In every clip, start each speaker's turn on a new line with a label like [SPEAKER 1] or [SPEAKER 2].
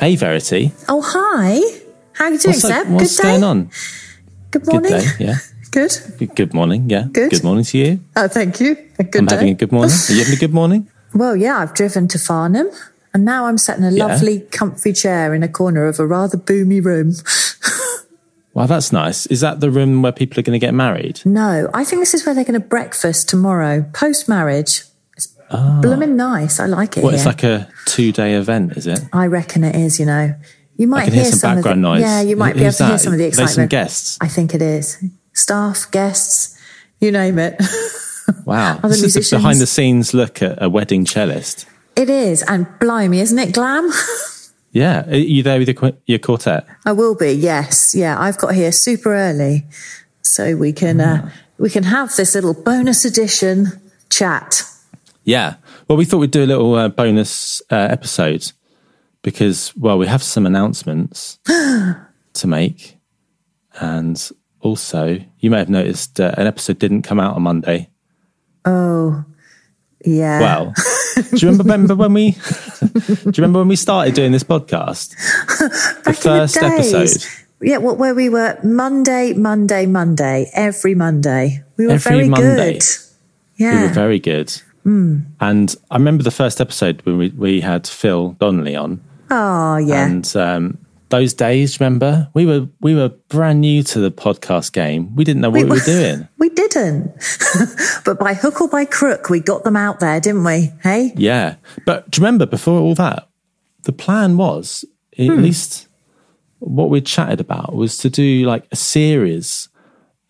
[SPEAKER 1] Hey, Verity.
[SPEAKER 2] Oh, hi. How are you doing,
[SPEAKER 1] What's,
[SPEAKER 2] Seb?
[SPEAKER 1] up? What's
[SPEAKER 2] Good day.
[SPEAKER 1] going on?
[SPEAKER 2] Good morning.
[SPEAKER 1] Good day. Yeah.
[SPEAKER 2] Good.
[SPEAKER 1] Good- Good morning. Yeah.
[SPEAKER 2] Good.
[SPEAKER 1] morning to you.
[SPEAKER 2] Oh, thank you. A good
[SPEAKER 1] I'm
[SPEAKER 2] day.
[SPEAKER 1] having a good morning. Are you having a good morning?
[SPEAKER 2] Well, yeah, I've driven to Farnham and now I'm sat in a
[SPEAKER 1] Yeah.
[SPEAKER 2] lovely, comfy chair in a corner of a rather boomy room.
[SPEAKER 1] Wow, that's nice. Is that the room where people are going to get married?
[SPEAKER 2] No, I think this is where they're going to breakfast tomorrow, post marriage. It's
[SPEAKER 1] Ah.
[SPEAKER 2] blooming nice. I like it.
[SPEAKER 1] Well,
[SPEAKER 2] here.
[SPEAKER 1] it's like a two day event, is it?
[SPEAKER 2] I reckon it is, you know. You might
[SPEAKER 1] I can
[SPEAKER 2] hear,
[SPEAKER 1] hear some
[SPEAKER 2] some
[SPEAKER 1] background
[SPEAKER 2] of
[SPEAKER 1] noise.
[SPEAKER 2] the, Yeah, you might be
[SPEAKER 1] Who's
[SPEAKER 2] able to hear
[SPEAKER 1] that?
[SPEAKER 2] some of the
[SPEAKER 1] Are they some
[SPEAKER 2] excitement.
[SPEAKER 1] guests?
[SPEAKER 2] I think it is. Staff, guests, you name it.
[SPEAKER 1] Wow.
[SPEAKER 2] Other
[SPEAKER 1] this is a
[SPEAKER 2] musicians.
[SPEAKER 1] behind the scenes look at a wedding cellist.
[SPEAKER 2] It is, and blimey, isn't it glam?
[SPEAKER 1] Yeah. Are you there with your, qu- your quartet?
[SPEAKER 2] I will be. Yes, yeah. I've got here super early, so we can
[SPEAKER 1] Mm.
[SPEAKER 2] uh, we can have this little bonus edition chat.
[SPEAKER 1] Yeah. Well, we thought we'd do a little uh, bonus uh, episode because, well, we have some announcements to make. And also, you may have noticed uh, an episode didn't come out on Monday.
[SPEAKER 2] Oh, Yeah.
[SPEAKER 1] Well, do you remember, remember when we do you remember when we started doing this podcast? The
[SPEAKER 2] Back in
[SPEAKER 1] first
[SPEAKER 2] days.
[SPEAKER 1] episode.
[SPEAKER 2] Yeah, what where we were Monday, Monday, Monday, every Monday. We were
[SPEAKER 1] Every
[SPEAKER 2] very
[SPEAKER 1] Monday.
[SPEAKER 2] good. Yeah. Hmm.
[SPEAKER 1] We were very good. And I remember the first episode when we, we had Phil Donnelly on.
[SPEAKER 2] oh yeah.
[SPEAKER 1] And um, those days, remember, we were we were brand new to the podcast game. We didn't know what we, were doing.
[SPEAKER 2] We didn't. but by hook or by crook, we got them out there, didn't we? Hey?
[SPEAKER 1] Yeah. But do you remember before all that, the plan was at
[SPEAKER 2] Hmm.
[SPEAKER 1] least what we chatted about was to do like a series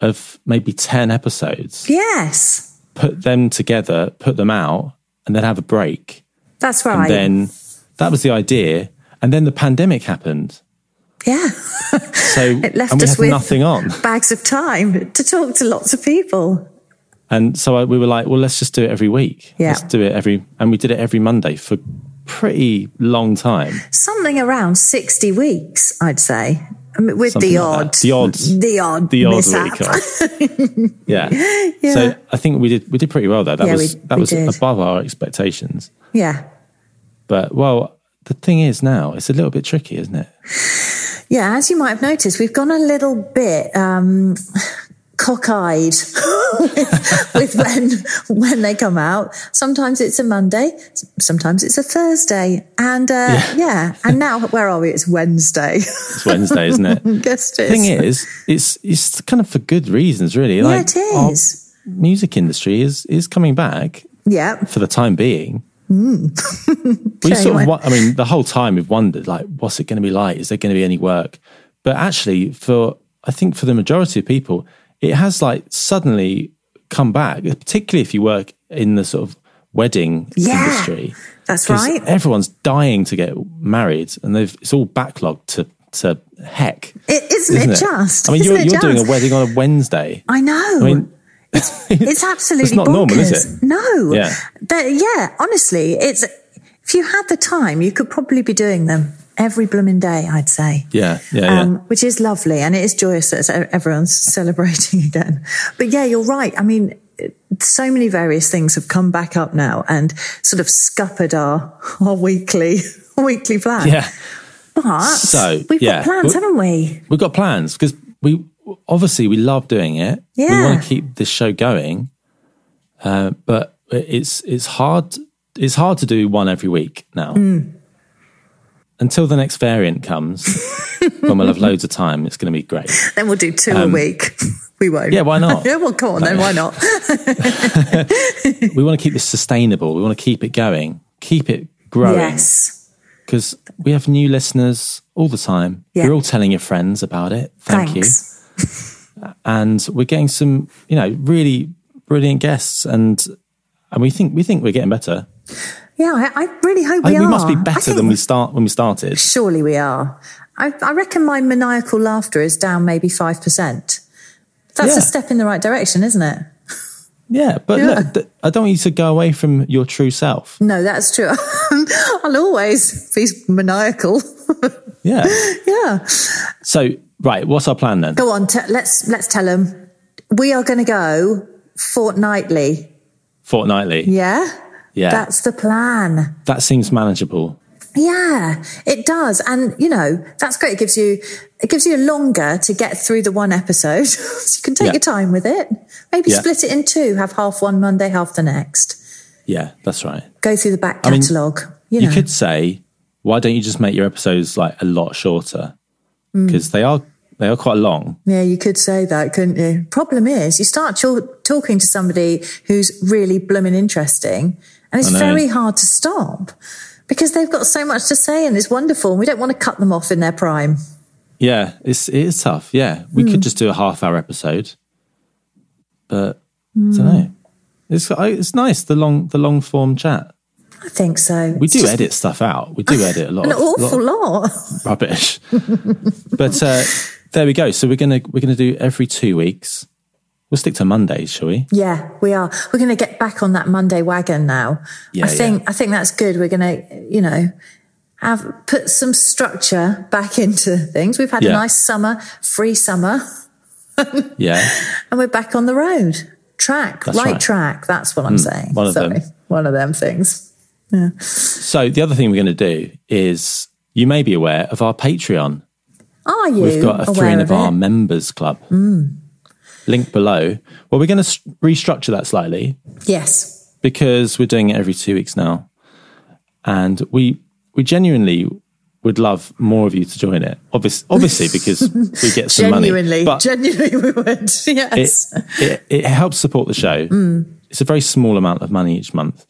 [SPEAKER 1] of maybe 10 episodes,
[SPEAKER 2] Yes.
[SPEAKER 1] put them together, put them out, and then have a break.
[SPEAKER 2] That's
[SPEAKER 1] And
[SPEAKER 2] right.
[SPEAKER 1] then that was the idea. And then the pandemic happened.
[SPEAKER 2] yeah.
[SPEAKER 1] So
[SPEAKER 2] It left
[SPEAKER 1] and we
[SPEAKER 2] us
[SPEAKER 1] had
[SPEAKER 2] with
[SPEAKER 1] nothing on.
[SPEAKER 2] bags of time to talk to lots of people.
[SPEAKER 1] And so I, we were like, well, let's just do it every week.
[SPEAKER 2] Yeah.
[SPEAKER 1] Let's do it every, and we did it every Monday for pretty long time.
[SPEAKER 2] Something around 60 weeks, I'd say. I mean, with
[SPEAKER 1] Something
[SPEAKER 2] the
[SPEAKER 1] like that.
[SPEAKER 2] odd,
[SPEAKER 1] The odds.
[SPEAKER 2] the odd,
[SPEAKER 1] The odd
[SPEAKER 2] mishap.
[SPEAKER 1] week off. yeah. So I think we did we did pretty well though. That
[SPEAKER 2] Yeah,
[SPEAKER 1] was
[SPEAKER 2] we-
[SPEAKER 1] that
[SPEAKER 2] we
[SPEAKER 1] was
[SPEAKER 2] did.
[SPEAKER 1] above our expectations.
[SPEAKER 2] Yeah,
[SPEAKER 1] But well, the thing is now it's a little bit tricky, isn't it?
[SPEAKER 2] yeah. As you might have noticed, we've gone a little bit um, cockeyed with, with when when they come out. Sometimes it's a Monday, s- sometimes it's a Thursday, and uh, yeah. And now where are we? It's Wednesday.
[SPEAKER 1] It's Wednesday, isn't it? The
[SPEAKER 2] Guess it is.
[SPEAKER 1] thing is, it's it's kind of for good reasons, really.
[SPEAKER 2] yeah,
[SPEAKER 1] like
[SPEAKER 2] it
[SPEAKER 1] our
[SPEAKER 2] is.
[SPEAKER 1] music industry is is coming back
[SPEAKER 2] Yeah,
[SPEAKER 1] for the time being. we
[SPEAKER 2] Hmm. Tell you
[SPEAKER 1] sort of, wa-
[SPEAKER 2] what.
[SPEAKER 1] I mean, the whole time we've wondered, like, what's it going to be like? Is there going to be any work? But actually, for I think for the majority of people, it has like suddenly come back, particularly if you work in the sort of wedding
[SPEAKER 2] Yeah.
[SPEAKER 1] industry.
[SPEAKER 2] that's
[SPEAKER 1] 'Cause
[SPEAKER 2] right.
[SPEAKER 1] Everyone's dying to get married, and they've it's all backlogged to to heck.
[SPEAKER 2] It, isn't,
[SPEAKER 1] Isn't
[SPEAKER 2] it
[SPEAKER 1] it?
[SPEAKER 2] just?
[SPEAKER 1] I mean, you're,
[SPEAKER 2] Isn't it
[SPEAKER 1] you're doing a
[SPEAKER 2] just?
[SPEAKER 1] wedding on a Wednesday.
[SPEAKER 2] I know.
[SPEAKER 1] I mean,
[SPEAKER 2] It's absolutely
[SPEAKER 1] It's not
[SPEAKER 2] bonkers.
[SPEAKER 1] normal, is it?
[SPEAKER 2] No.
[SPEAKER 1] Yeah.
[SPEAKER 2] But yeah, honestly, it's if you had the time, you could probably be doing them every blooming day, I'd say.
[SPEAKER 1] yeah, yeah, yeah.
[SPEAKER 2] Um, which is lovely and it is joyous that it's- everyone's celebrating again. But yeah, you're right. I mean, so many various things have come back up now and sort of scuppered our, our weekly weekly plan.
[SPEAKER 1] yeah.
[SPEAKER 2] But
[SPEAKER 1] So,
[SPEAKER 2] we've
[SPEAKER 1] yeah.
[SPEAKER 2] got plans,
[SPEAKER 1] Well-
[SPEAKER 2] haven't we?
[SPEAKER 1] we've got plans because we obviously we love doing it. We
[SPEAKER 2] Yeah.
[SPEAKER 1] want to keep this show going, uh, but it's it's hard it's hard to do one every week now.
[SPEAKER 2] Hmm.
[SPEAKER 1] Until the next variant comes, when we'll have loads of time, it's going to be great.
[SPEAKER 2] Then we'll do two a week. We won't.
[SPEAKER 1] Um, Yeah, why not?
[SPEAKER 2] yeah, well, come on then. Why not?
[SPEAKER 1] We want to keep this sustainable. We want to keep it going, keep it growing,
[SPEAKER 2] Yes.
[SPEAKER 1] because we have new listeners all the time.
[SPEAKER 2] Yeah.
[SPEAKER 1] You're all telling your friends about it. Thank you.
[SPEAKER 2] Thanks.
[SPEAKER 1] and we're getting some you know really brilliant guests and and we think we think we're getting better
[SPEAKER 2] Yeah, I, I really hope
[SPEAKER 1] I
[SPEAKER 2] we
[SPEAKER 1] think
[SPEAKER 2] are.
[SPEAKER 1] we must be
[SPEAKER 2] I
[SPEAKER 1] better
[SPEAKER 2] think
[SPEAKER 1] than we start when we started.
[SPEAKER 2] Surely we are. I, I reckon my maniacal laughter is down maybe 5%. That's
[SPEAKER 1] Yeah.
[SPEAKER 2] a step in the right direction, isn't it?
[SPEAKER 1] Yeah, but
[SPEAKER 2] Yeah.
[SPEAKER 1] look, th- I don't want you to go away from your true self.
[SPEAKER 2] No, that's true. I'll always be maniacal.
[SPEAKER 1] Yeah.
[SPEAKER 2] yeah.
[SPEAKER 1] so, right, what's our plan then?
[SPEAKER 2] Go on. T- let's, let's tell them we are going to go fortnightly.
[SPEAKER 1] Fortnightly.
[SPEAKER 2] Yeah.
[SPEAKER 1] Yeah.
[SPEAKER 2] That's the plan.
[SPEAKER 1] that seems manageable.
[SPEAKER 2] Yeah, it does. And you know, that's great. It gives you, it gives you longer to get through the one episode. so you can take
[SPEAKER 1] Yeah.
[SPEAKER 2] your time with it. Maybe
[SPEAKER 1] Yeah.
[SPEAKER 2] split it in two, have half one Monday, half the next.
[SPEAKER 1] Yeah, that's right.
[SPEAKER 2] Go through the back
[SPEAKER 1] mean,
[SPEAKER 2] catalogue. you know,
[SPEAKER 1] You could say, why don't you just make your episodes like a lot shorter?
[SPEAKER 2] Mm.
[SPEAKER 1] Because they are they are quite long.
[SPEAKER 2] yeah, you could say that, couldn't you? Problem is, you start cho- talking to somebody who's really blooming interesting and it's
[SPEAKER 1] know.
[SPEAKER 2] very hard to stop because they've got so much to say and it's wonderful. And we don't want to cut them off in their prime.
[SPEAKER 1] Yeah, it's it is tough. Yeah, we
[SPEAKER 2] Hmm.
[SPEAKER 1] could just do a half hour episode, but
[SPEAKER 2] Hmm.
[SPEAKER 1] I don't know. It's I- it's nice the long the long form chat.
[SPEAKER 2] I think so.
[SPEAKER 1] We do edit stuff out. We do edit a lot.
[SPEAKER 2] an
[SPEAKER 1] of, lot
[SPEAKER 2] awful
[SPEAKER 1] of
[SPEAKER 2] lot.
[SPEAKER 1] rubbish. but uh, there we go. So we're gonna we're gonna do every two weeks. We'll stick to Mondays, shall we?
[SPEAKER 2] Yeah, we are. We're going to get back on that Monday wagon now.
[SPEAKER 1] Yeah,
[SPEAKER 2] I think I think that's good. We're going to, you know, have put some structure back into things. We've had
[SPEAKER 1] Yeah.
[SPEAKER 2] a nice summer, free summer,
[SPEAKER 1] Yeah,
[SPEAKER 2] and we're back on the road. Track,
[SPEAKER 1] That's
[SPEAKER 2] right,
[SPEAKER 1] right. Mm,
[SPEAKER 2] track. That's what I'm saying.
[SPEAKER 1] one of them.
[SPEAKER 2] One of them things.
[SPEAKER 1] So the other thing we're going to do is you may be aware of our Patreon.
[SPEAKER 2] Are you
[SPEAKER 1] We've got a
[SPEAKER 2] aware
[SPEAKER 1] three and a
[SPEAKER 2] of it? Hmm.
[SPEAKER 1] bar members club. Link below. Well, we're going to restructure that slightly
[SPEAKER 2] Yes.
[SPEAKER 1] because we're doing it every two weeks now, and we we genuinely would love more of you to join it. Obviously, obviously because we get some money,
[SPEAKER 2] Genuinely,
[SPEAKER 1] but
[SPEAKER 2] genuinely, we would.
[SPEAKER 1] it,
[SPEAKER 2] Yes.
[SPEAKER 1] it it helps support the show.
[SPEAKER 2] Mm.
[SPEAKER 1] It's a very small amount of money each month,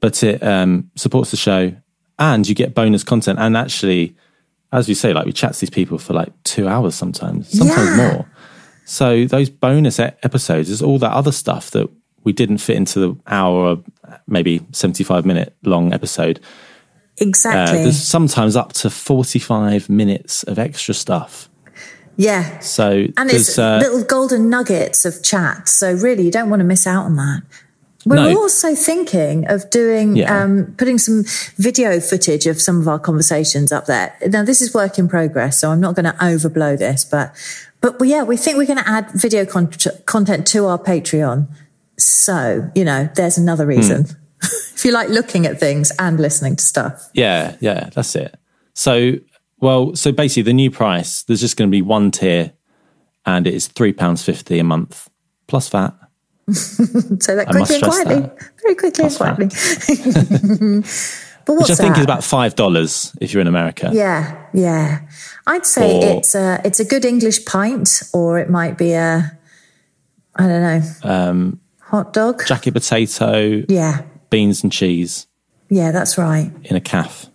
[SPEAKER 1] but it um, supports the show, and you get bonus content. And actually, as we say, like we chat to these people for like two hours sometimes, sometimes
[SPEAKER 2] Yeah.
[SPEAKER 1] more. So those bonus e- episodes is all that other stuff that we didn't fit into the hour, or maybe seventy-five minute long episode. Uh,
[SPEAKER 2] exactly.
[SPEAKER 1] there's sometimes up to forty-five minutes of extra stuff.
[SPEAKER 2] yeah.
[SPEAKER 1] So
[SPEAKER 2] And
[SPEAKER 1] there's, uh,
[SPEAKER 2] it's little golden nuggets of chat. So really, you don't want to miss out on that. We're
[SPEAKER 1] No.
[SPEAKER 2] also thinking of doing,
[SPEAKER 1] Yeah.
[SPEAKER 2] um, putting some video footage of some of our conversations up there. Now, this is work in progress, so I'm not going to overblow this, but, but yeah, we think we're going to add video con- content to our Patreon. So, you know, there's another reason.
[SPEAKER 1] Hmm.
[SPEAKER 2] if you like looking at things and listening to stuff.
[SPEAKER 1] Yeah, yeah, that's it. So, well, so basically, the new price there's just going to be one tier, and it is three pounds fifty a month plus VAT.
[SPEAKER 2] So that
[SPEAKER 1] must
[SPEAKER 2] quickly and
[SPEAKER 1] stress
[SPEAKER 2] quietly, very quickly
[SPEAKER 1] That's that.
[SPEAKER 2] and quietly. but what's
[SPEAKER 1] Which I think
[SPEAKER 2] that?
[SPEAKER 1] is about five dollars if you're in America.
[SPEAKER 2] Yeah, yeah. I'd say
[SPEAKER 1] Or-
[SPEAKER 2] it's a it's a good English pint, or it might be a I don't know um, hot dog.
[SPEAKER 1] Jacket potato,
[SPEAKER 2] yeah,
[SPEAKER 1] beans and cheese
[SPEAKER 2] yeah, that's right.
[SPEAKER 1] in a calf.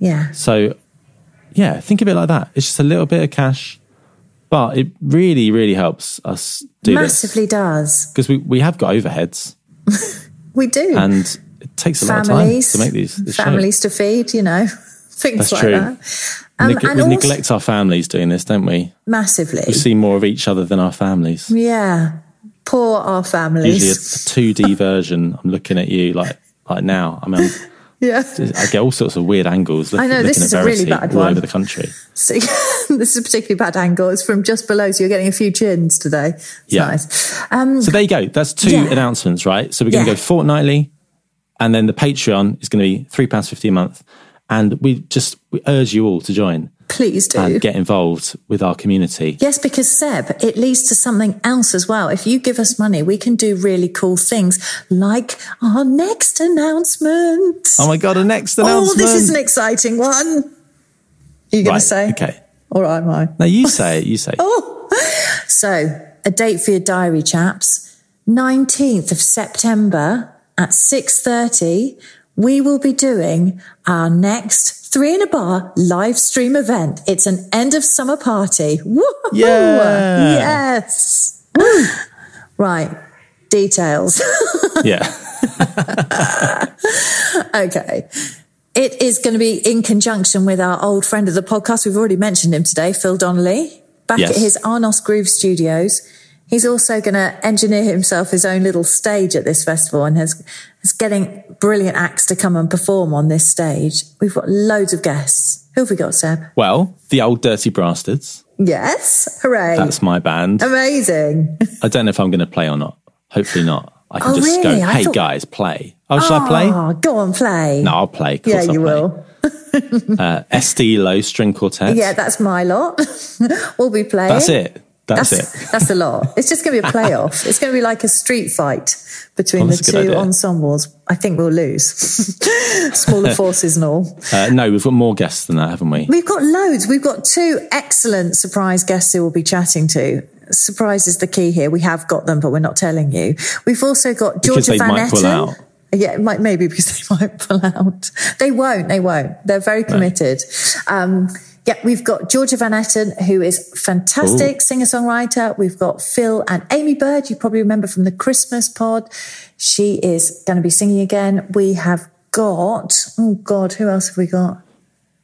[SPEAKER 2] Yeah,
[SPEAKER 1] So, yeah, think of it like that. It's just a little bit of cash, but it really, really helps us do this
[SPEAKER 2] massively does.
[SPEAKER 1] because we we have got overheads
[SPEAKER 2] We do
[SPEAKER 1] and it takes a lot of time
[SPEAKER 2] families
[SPEAKER 1] to make these this show.
[SPEAKER 2] families to feed. You know things
[SPEAKER 1] That's
[SPEAKER 2] like
[SPEAKER 1] true.
[SPEAKER 2] that. Um,
[SPEAKER 1] Neg-
[SPEAKER 2] and
[SPEAKER 1] we
[SPEAKER 2] also
[SPEAKER 1] neglect our families doing this, don't we?
[SPEAKER 2] massively.
[SPEAKER 1] We see more of each other than our families.
[SPEAKER 2] Yeah, poor our
[SPEAKER 1] usually a
[SPEAKER 2] families.
[SPEAKER 1] two D version. I'm looking at you like like now. I mean,
[SPEAKER 2] yeah.
[SPEAKER 1] I get all sorts of weird angles. Looking,
[SPEAKER 2] know,
[SPEAKER 1] looking
[SPEAKER 2] this
[SPEAKER 1] at
[SPEAKER 2] is a really
[SPEAKER 1] Verity
[SPEAKER 2] bad
[SPEAKER 1] all
[SPEAKER 2] one.
[SPEAKER 1] over the country.
[SPEAKER 2] So this is a particularly bad angle. It's from just below, so you're getting a few chins today. It's
[SPEAKER 1] Yeah.
[SPEAKER 2] nice. Um,
[SPEAKER 1] So there you go. That's two
[SPEAKER 2] Yeah.
[SPEAKER 1] announcements, right? So we're going to
[SPEAKER 2] Yeah.
[SPEAKER 1] go fortnightly, and then the Patreon is going to be three pounds fifty a month. And we just we urge you all to join
[SPEAKER 2] please do.
[SPEAKER 1] and get involved with our community.
[SPEAKER 2] Yes, because Seb, it leads to something else as well. If you give us money, we can do really cool things like our next announcement.
[SPEAKER 1] Oh my god! A next
[SPEAKER 2] oh,
[SPEAKER 1] announcement.
[SPEAKER 2] this is an exciting one. You're going
[SPEAKER 1] Right,
[SPEAKER 2] to say?
[SPEAKER 1] okay.
[SPEAKER 2] Or am I?
[SPEAKER 1] Now you say it. You say. it.
[SPEAKER 2] Oh. So, a date for your diary, chaps. 19th of September at 6.30, we will be doing our next Three in a Bar live stream event. It's an end of summer party. Woo!
[SPEAKER 1] Yeah.
[SPEAKER 2] Yes. right. Details.
[SPEAKER 1] Yeah.
[SPEAKER 2] okay. It is going to be in conjunction with our old friend of the podcast. We've already mentioned him today, Phil Donnelly, back
[SPEAKER 1] Yes.
[SPEAKER 2] at his Arnos Groove Studios. He's also going to engineer himself his own little stage at this festival and has is getting brilliant acts to come and perform on this stage. We've got loads of guests. Who have we got, Seb?
[SPEAKER 1] Well, the old Dirty Bastards.
[SPEAKER 2] Yes. Hooray.
[SPEAKER 1] That's my band.
[SPEAKER 2] Amazing.
[SPEAKER 1] I don't know if I'm going to play or not. Hopefully not. I can
[SPEAKER 2] Oh,
[SPEAKER 1] just go,
[SPEAKER 2] really? I
[SPEAKER 1] hey
[SPEAKER 2] thought-
[SPEAKER 1] guys, play. Oh, shall I play?
[SPEAKER 2] Oh, go on, play.
[SPEAKER 1] No, I'll play. Of
[SPEAKER 2] Yeah,
[SPEAKER 1] course I'll
[SPEAKER 2] you
[SPEAKER 1] play.
[SPEAKER 2] will.
[SPEAKER 1] Uh, SD Low String Quartet.
[SPEAKER 2] Yeah, that's my lot. we'll be playing.
[SPEAKER 1] That's it. That's, it.
[SPEAKER 2] That's, that's a lot. It's just going to be a playoff. it's going to be like a street fight between
[SPEAKER 1] Oh,
[SPEAKER 2] the
[SPEAKER 1] that's a
[SPEAKER 2] two
[SPEAKER 1] good idea.
[SPEAKER 2] ensembles. I think we'll lose. Smaller forces and all.
[SPEAKER 1] Uh, no, we've got more guests than that, haven't we?
[SPEAKER 2] We've got loads. We've got two excellent surprise guests who we'll be chatting to. Surprise is the key here. We have got them, but we're not telling you. We've also got
[SPEAKER 1] Because
[SPEAKER 2] Georgia
[SPEAKER 1] they
[SPEAKER 2] Van
[SPEAKER 1] might pull
[SPEAKER 2] Etten.
[SPEAKER 1] out.
[SPEAKER 2] Yeah, it might, maybe because they might pull out. They won't. They won't. They're very committed. Um, yeah, we've got Georgia Van Etten, who is fantastic singer songwriter. We've got Phil and Amy Bird, you probably remember from the Christmas pod. She is going to be singing again. We have got, oh God, who else have we got?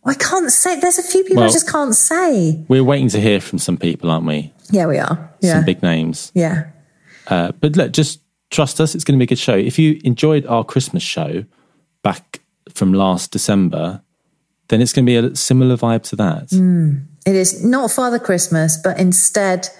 [SPEAKER 2] I can't say. There's a few people I
[SPEAKER 1] Well-
[SPEAKER 2] just can't say.
[SPEAKER 1] We're waiting to hear from some people, aren't we?
[SPEAKER 2] Yeah, we are.
[SPEAKER 1] Some
[SPEAKER 2] Yeah.
[SPEAKER 1] big names.
[SPEAKER 2] yeah.
[SPEAKER 1] Uh, but look, just trust us. It's going to be a good show. If you enjoyed our Christmas show back from last December, then it's going to be a similar vibe to that.
[SPEAKER 2] Mm. It is not Father Christmas, but instead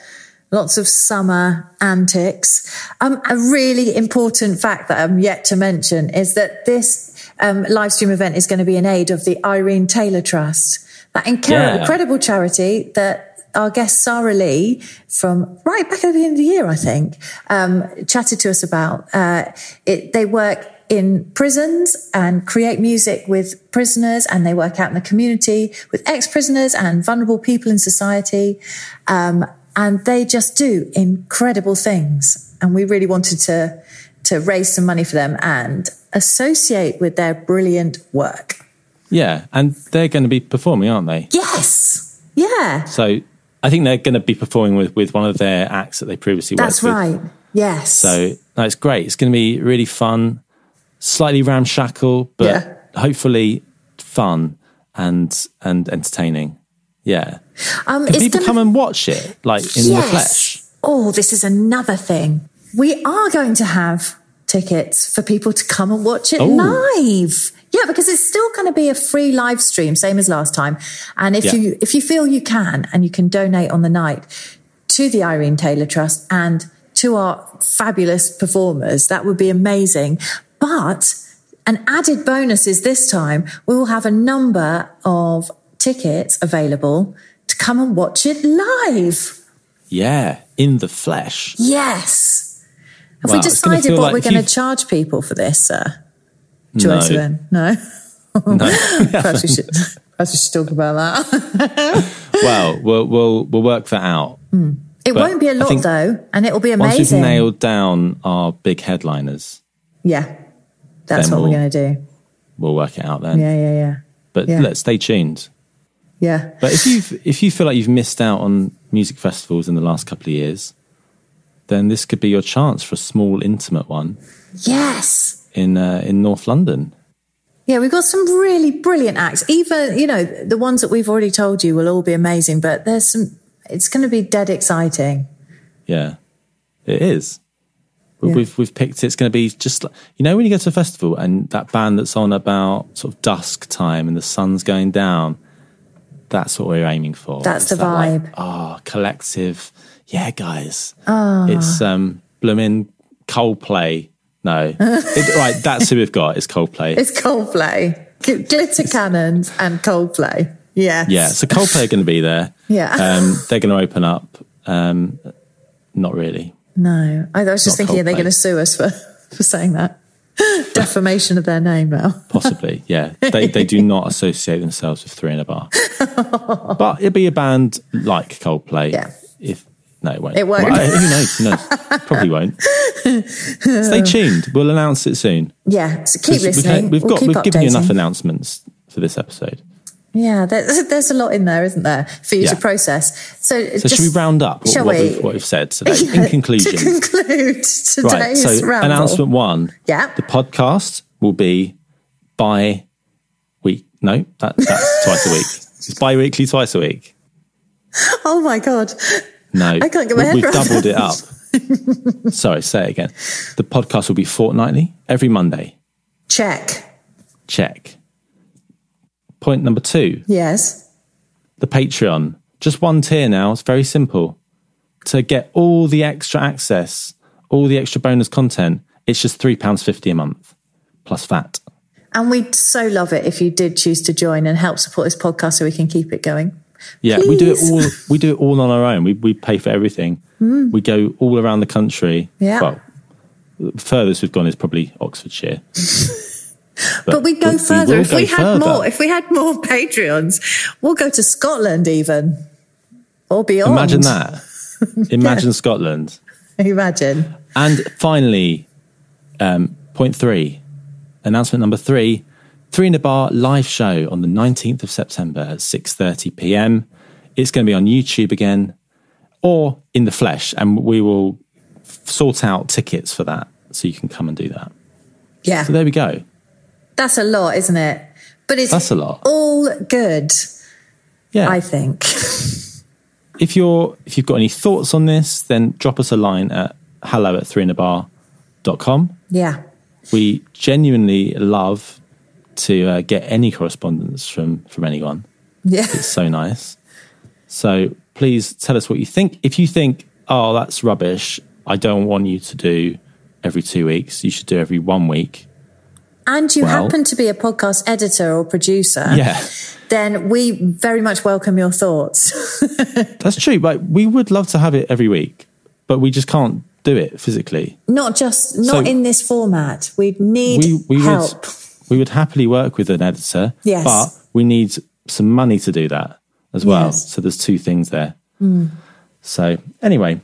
[SPEAKER 2] lots of summer antics. Um, a really important fact that I'm yet to mention is that this um, live stream event is going to be in aid of the Irene Taylor Trust, that inc-
[SPEAKER 1] Yeah.
[SPEAKER 2] incredible charity that our guest Sarah Lee from right back at the beginning of the year, I think, um, chatted to us about. Uh, it, they work in prisons and create music with prisoners, and they work out in the community with ex-prisoners and vulnerable people in society. Um, and they just do incredible things. And we really wanted to to raise some money for them and associate with their brilliant work.
[SPEAKER 1] Yeah. And they're going to be performing, aren't they?
[SPEAKER 2] Yes. Yeah.
[SPEAKER 1] So I think they're going to be performing with, with one of their acts that they previously
[SPEAKER 2] That's
[SPEAKER 1] worked with.
[SPEAKER 2] right. Yes.
[SPEAKER 1] So no, it's great. It's going to be really fun, slightly ramshackle, but
[SPEAKER 2] Yeah.
[SPEAKER 1] hopefully fun and and entertaining. Yeah.
[SPEAKER 2] um,
[SPEAKER 1] Can
[SPEAKER 2] it's
[SPEAKER 1] people
[SPEAKER 2] gonna-
[SPEAKER 1] come and watch it like in the flesh?
[SPEAKER 2] Oh, this is another thing. We are going to have tickets for people to come and watch it
[SPEAKER 1] Oh.
[SPEAKER 2] live. Yeah, because it's still going to be a free live stream, same as last time. And if
[SPEAKER 1] Yeah.
[SPEAKER 2] you if you feel you can and you can donate on the night to the Irene Taylor Trust and to our fabulous performers, that would be amazing. But an added bonus is this time we will have a number of tickets available to come and watch it live.
[SPEAKER 1] Yeah, in the flesh.
[SPEAKER 2] Yes. Have we
[SPEAKER 1] Wow, it's gonna
[SPEAKER 2] decided
[SPEAKER 1] feel
[SPEAKER 2] what
[SPEAKER 1] like
[SPEAKER 2] we're
[SPEAKER 1] if
[SPEAKER 2] going to
[SPEAKER 1] you've-
[SPEAKER 2] charge people for this, sir?
[SPEAKER 1] No.
[SPEAKER 2] Joyce Lynn? No. perhaps, we should, perhaps we should talk about that.
[SPEAKER 1] Well, we'll we'll we'll work that out.
[SPEAKER 2] It
[SPEAKER 1] But
[SPEAKER 2] won't be a
[SPEAKER 1] I
[SPEAKER 2] lot,
[SPEAKER 1] think
[SPEAKER 2] though, and it will be
[SPEAKER 1] Once
[SPEAKER 2] amazing.
[SPEAKER 1] we've nailed down our big headliners,
[SPEAKER 2] yeah. That's
[SPEAKER 1] Then
[SPEAKER 2] what we're
[SPEAKER 1] we'll-
[SPEAKER 2] going to do.
[SPEAKER 1] we'll work it out then.
[SPEAKER 2] Yeah, yeah, yeah.
[SPEAKER 1] but
[SPEAKER 2] yeah.
[SPEAKER 1] look, stay tuned.
[SPEAKER 2] Yeah.
[SPEAKER 1] But if you if you feel like you've missed out on music festivals in the last couple of years, then this could be your chance for a small, intimate one
[SPEAKER 2] Yes.
[SPEAKER 1] in uh, in North London.
[SPEAKER 2] Yeah, we've got some really brilliant acts. Even, you know, the ones that we've already told you will all be amazing, but there's some, it's going to be dead exciting.
[SPEAKER 1] Yeah, it is. We-
[SPEAKER 2] Yeah.
[SPEAKER 1] We've we've picked. It's going to be just like you know when you go to a festival and that band that's on about sort of dusk time and the sun's going down. That's what we're aiming for.
[SPEAKER 2] That's
[SPEAKER 1] It's
[SPEAKER 2] the
[SPEAKER 1] that, like,
[SPEAKER 2] vibe.
[SPEAKER 1] Ah, collective. Yeah, guys.
[SPEAKER 2] Ah.
[SPEAKER 1] It's um blooming Coldplay. No, it, right. That's who we've got. It's Coldplay.
[SPEAKER 2] It's Coldplay, G- glitter cannons and Coldplay. Yes.
[SPEAKER 1] Yeah, so Coldplay are going to be there.
[SPEAKER 2] Yeah.
[SPEAKER 1] um, they're going to open up. Um, not really.
[SPEAKER 2] No, I was just
[SPEAKER 1] Not
[SPEAKER 2] thinking, are they
[SPEAKER 1] Coldplay.
[SPEAKER 2] going to sue us for, for saying that? Defamation of their name now.
[SPEAKER 1] Possibly, yeah. They they do not associate themselves with Three in a Bar, but it'd be a band like Coldplay.
[SPEAKER 2] Yeah.
[SPEAKER 1] If no, it won't.
[SPEAKER 2] It won't.
[SPEAKER 1] Well, who knows? Who knows? Probably won't. Stay tuned. We'll announce it soon.
[SPEAKER 2] Yeah, so keep
[SPEAKER 1] We've,
[SPEAKER 2] listening.
[SPEAKER 1] had- we've
[SPEAKER 2] We'll
[SPEAKER 1] got
[SPEAKER 2] keep
[SPEAKER 1] we've given you enough
[SPEAKER 2] updating.
[SPEAKER 1] announcements for this episode.
[SPEAKER 2] Yeah, there's, there's a lot in there, isn't there, for you
[SPEAKER 1] Yeah.
[SPEAKER 2] to process. So,
[SPEAKER 1] So should we round up what,
[SPEAKER 2] Shall
[SPEAKER 1] what,
[SPEAKER 2] we?
[SPEAKER 1] We've, what we've said today?
[SPEAKER 2] Yeah,
[SPEAKER 1] In conclusion,
[SPEAKER 2] to conclude today's
[SPEAKER 1] right? So
[SPEAKER 2] ramble.
[SPEAKER 1] announcement one:
[SPEAKER 2] Yeah.
[SPEAKER 1] the podcast will be bi week. No, that, that's twice a week. It's bi-weekly, twice a week.
[SPEAKER 2] Oh my god!
[SPEAKER 1] No,
[SPEAKER 2] I can't get my
[SPEAKER 1] we-
[SPEAKER 2] head
[SPEAKER 1] We've
[SPEAKER 2] around
[SPEAKER 1] doubled
[SPEAKER 2] that.
[SPEAKER 1] it up. Sorry, say it again. The podcast will be fortnightly every Monday.
[SPEAKER 2] Check.
[SPEAKER 1] Check. Point number two:
[SPEAKER 2] Yes.
[SPEAKER 1] the Patreon. Just one tier now. It's very simple. To get all the extra access, all the extra bonus content, it's just £3.50 a month plus VAT.
[SPEAKER 2] And we'd so love it if you did choose to join and help support this podcast so we can keep it going.
[SPEAKER 1] Yeah, we do it
[SPEAKER 2] Please. Mm.
[SPEAKER 1] all we do it all on our own. We we pay for everything. We go all around the country.
[SPEAKER 2] Yeah.
[SPEAKER 1] Well, the furthest we've gone is probably Oxfordshire.
[SPEAKER 2] But we'd go
[SPEAKER 1] we- we
[SPEAKER 2] further
[SPEAKER 1] will
[SPEAKER 2] if
[SPEAKER 1] go
[SPEAKER 2] we had
[SPEAKER 1] further.
[SPEAKER 2] more. If we had more Patreons, we'll go to Scotland even or beyond.
[SPEAKER 1] Imagine that. Imagine Scotland.
[SPEAKER 2] Imagine.
[SPEAKER 1] And finally, um, point three, announcement number three: Three in a Bar live show on the nineteenth of September at six thirty PM. It's going to be on YouTube again, or in the flesh, and we will sort out tickets for that, so you can come and do that.
[SPEAKER 2] Yeah,
[SPEAKER 1] So there we go.
[SPEAKER 2] that's a lot, isn't it? But it's
[SPEAKER 1] That's a lot.
[SPEAKER 2] all good,
[SPEAKER 1] Yeah.
[SPEAKER 2] I think.
[SPEAKER 1] if you're if you've got any thoughts on this, then drop us a line at hello at threeinabar.com.
[SPEAKER 2] Yeah.
[SPEAKER 1] We genuinely love to uh, get any correspondence from from anyone.
[SPEAKER 2] Yeah.
[SPEAKER 1] It's so nice. So please tell us what you think. If you think, oh, that's rubbish, I don't want you to do every two weeks. You should do every one week.
[SPEAKER 2] And you
[SPEAKER 1] Well-
[SPEAKER 2] happen to be a podcast editor or producer.
[SPEAKER 1] Yeah,
[SPEAKER 2] Then we very much welcome your thoughts.
[SPEAKER 1] that's true. But we would love to have it every week, but we just can't do it physically.
[SPEAKER 2] Not just not
[SPEAKER 1] So-
[SPEAKER 2] in this format. We need
[SPEAKER 1] we we
[SPEAKER 2] help.
[SPEAKER 1] would we would happily work with an editor.
[SPEAKER 2] Yes.
[SPEAKER 1] but we need some money to do that as well.
[SPEAKER 2] Yes.
[SPEAKER 1] So there's two things there. So anyway,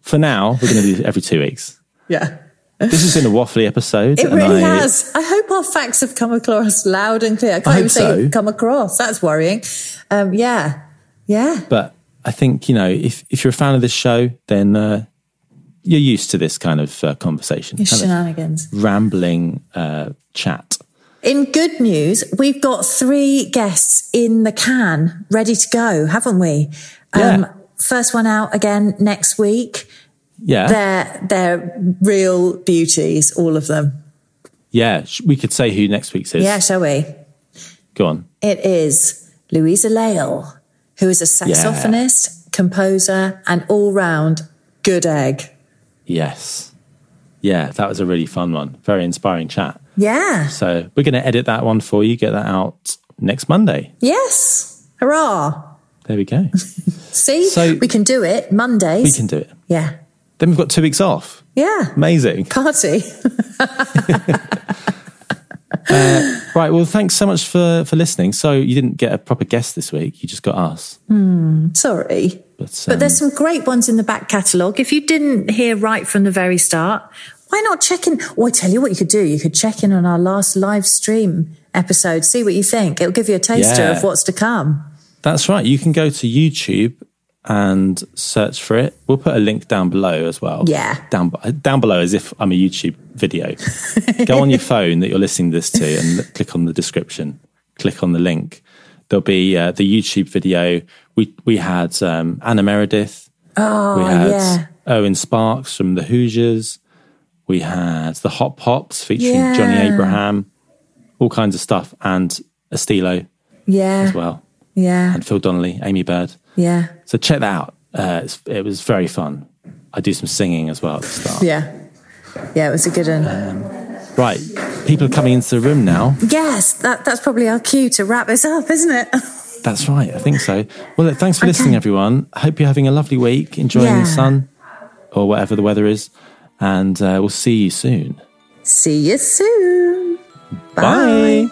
[SPEAKER 1] for now we're going to do every two weeks.
[SPEAKER 2] Yeah.
[SPEAKER 1] This has been a waffly episode.
[SPEAKER 2] It really
[SPEAKER 1] I,
[SPEAKER 2] has. I hope our facts have come across loud and clear. I can't
[SPEAKER 1] hope
[SPEAKER 2] even say
[SPEAKER 1] so.
[SPEAKER 2] come across. That's worrying. Um, yeah. Yeah.
[SPEAKER 1] But I think you know if if you're a fan of this show, then uh, you're used to this kind of uh, conversation, kind of
[SPEAKER 2] Shenanigans.
[SPEAKER 1] rambling uh, chat.
[SPEAKER 2] In good news, we've got three guests in the can ready to go, haven't we? Um,
[SPEAKER 1] Yeah.
[SPEAKER 2] first one out again next week.
[SPEAKER 1] Yeah,
[SPEAKER 2] They're, they're real beauties, all of them.
[SPEAKER 1] yeah. sh- We could say who next week's is.
[SPEAKER 2] Yeah, shall we?
[SPEAKER 1] Go on.
[SPEAKER 2] It is Louisa Lale, who is a saxophonist, composer, and all round good egg.
[SPEAKER 1] Yes. Yeah, that was a really fun one. Very inspiring chat.
[SPEAKER 2] Yeah.
[SPEAKER 1] So we're going to edit that one for you, get that out next Monday.
[SPEAKER 2] Yes. Hurrah.
[SPEAKER 1] There we go.
[SPEAKER 2] See,
[SPEAKER 1] So-
[SPEAKER 2] we can do it Mondays.
[SPEAKER 1] we can do it.
[SPEAKER 2] Yeah.
[SPEAKER 1] Then we've got two weeks off.
[SPEAKER 2] Yeah.
[SPEAKER 1] Amazing.
[SPEAKER 2] Party.
[SPEAKER 1] Right. Well, thanks so much for, for listening. So you didn't get a proper guest this week. You just got us.
[SPEAKER 2] Sorry.
[SPEAKER 1] But,
[SPEAKER 2] But
[SPEAKER 1] um,
[SPEAKER 2] there's some great ones in the back catalogue. If you didn't hear right from the very start, why not check in? Or I tell you what you could do. You could check in on our last live stream episode, see what you think. It'll give you a taster
[SPEAKER 1] Yeah.
[SPEAKER 2] of what's to come.
[SPEAKER 1] that's right. You can go to YouTube and search for it. We'll put a link down below as well.
[SPEAKER 2] Yeah.
[SPEAKER 1] Down, b- down below as if I'm a YouTube video. go on your phone that you're listening to this to and look- click on the description. Click on the link. There'll be uh, the YouTube video. We, we had um, Anna Meredith. Oh, we had
[SPEAKER 2] yeah.
[SPEAKER 1] Owen Sparks from the Hoosiers. We had the Hop Pops featuring Johnny
[SPEAKER 2] Yeah.
[SPEAKER 1] Abraham, all kinds of stuff, and Estilo
[SPEAKER 2] Yeah.
[SPEAKER 1] as well,
[SPEAKER 2] Yeah.
[SPEAKER 1] and Phil Donnelly, Amy Bird.
[SPEAKER 2] Yeah.
[SPEAKER 1] So check that out. Uh, it's, it was very fun. I do some singing as well at the start.
[SPEAKER 2] Yeah. Yeah, it was a good
[SPEAKER 1] Uh,
[SPEAKER 2] one.
[SPEAKER 1] Right, people are coming into the room now.
[SPEAKER 2] Yes, that, that's probably our cue to wrap this up, isn't it?
[SPEAKER 1] That's right, I think so. Well, look, thanks for listening, everyone. I hope you're having a lovely week, enjoying
[SPEAKER 2] Yeah.
[SPEAKER 1] the sun or whatever the weather is, and uh, we'll see you soon.
[SPEAKER 2] See you soon.
[SPEAKER 1] Bye.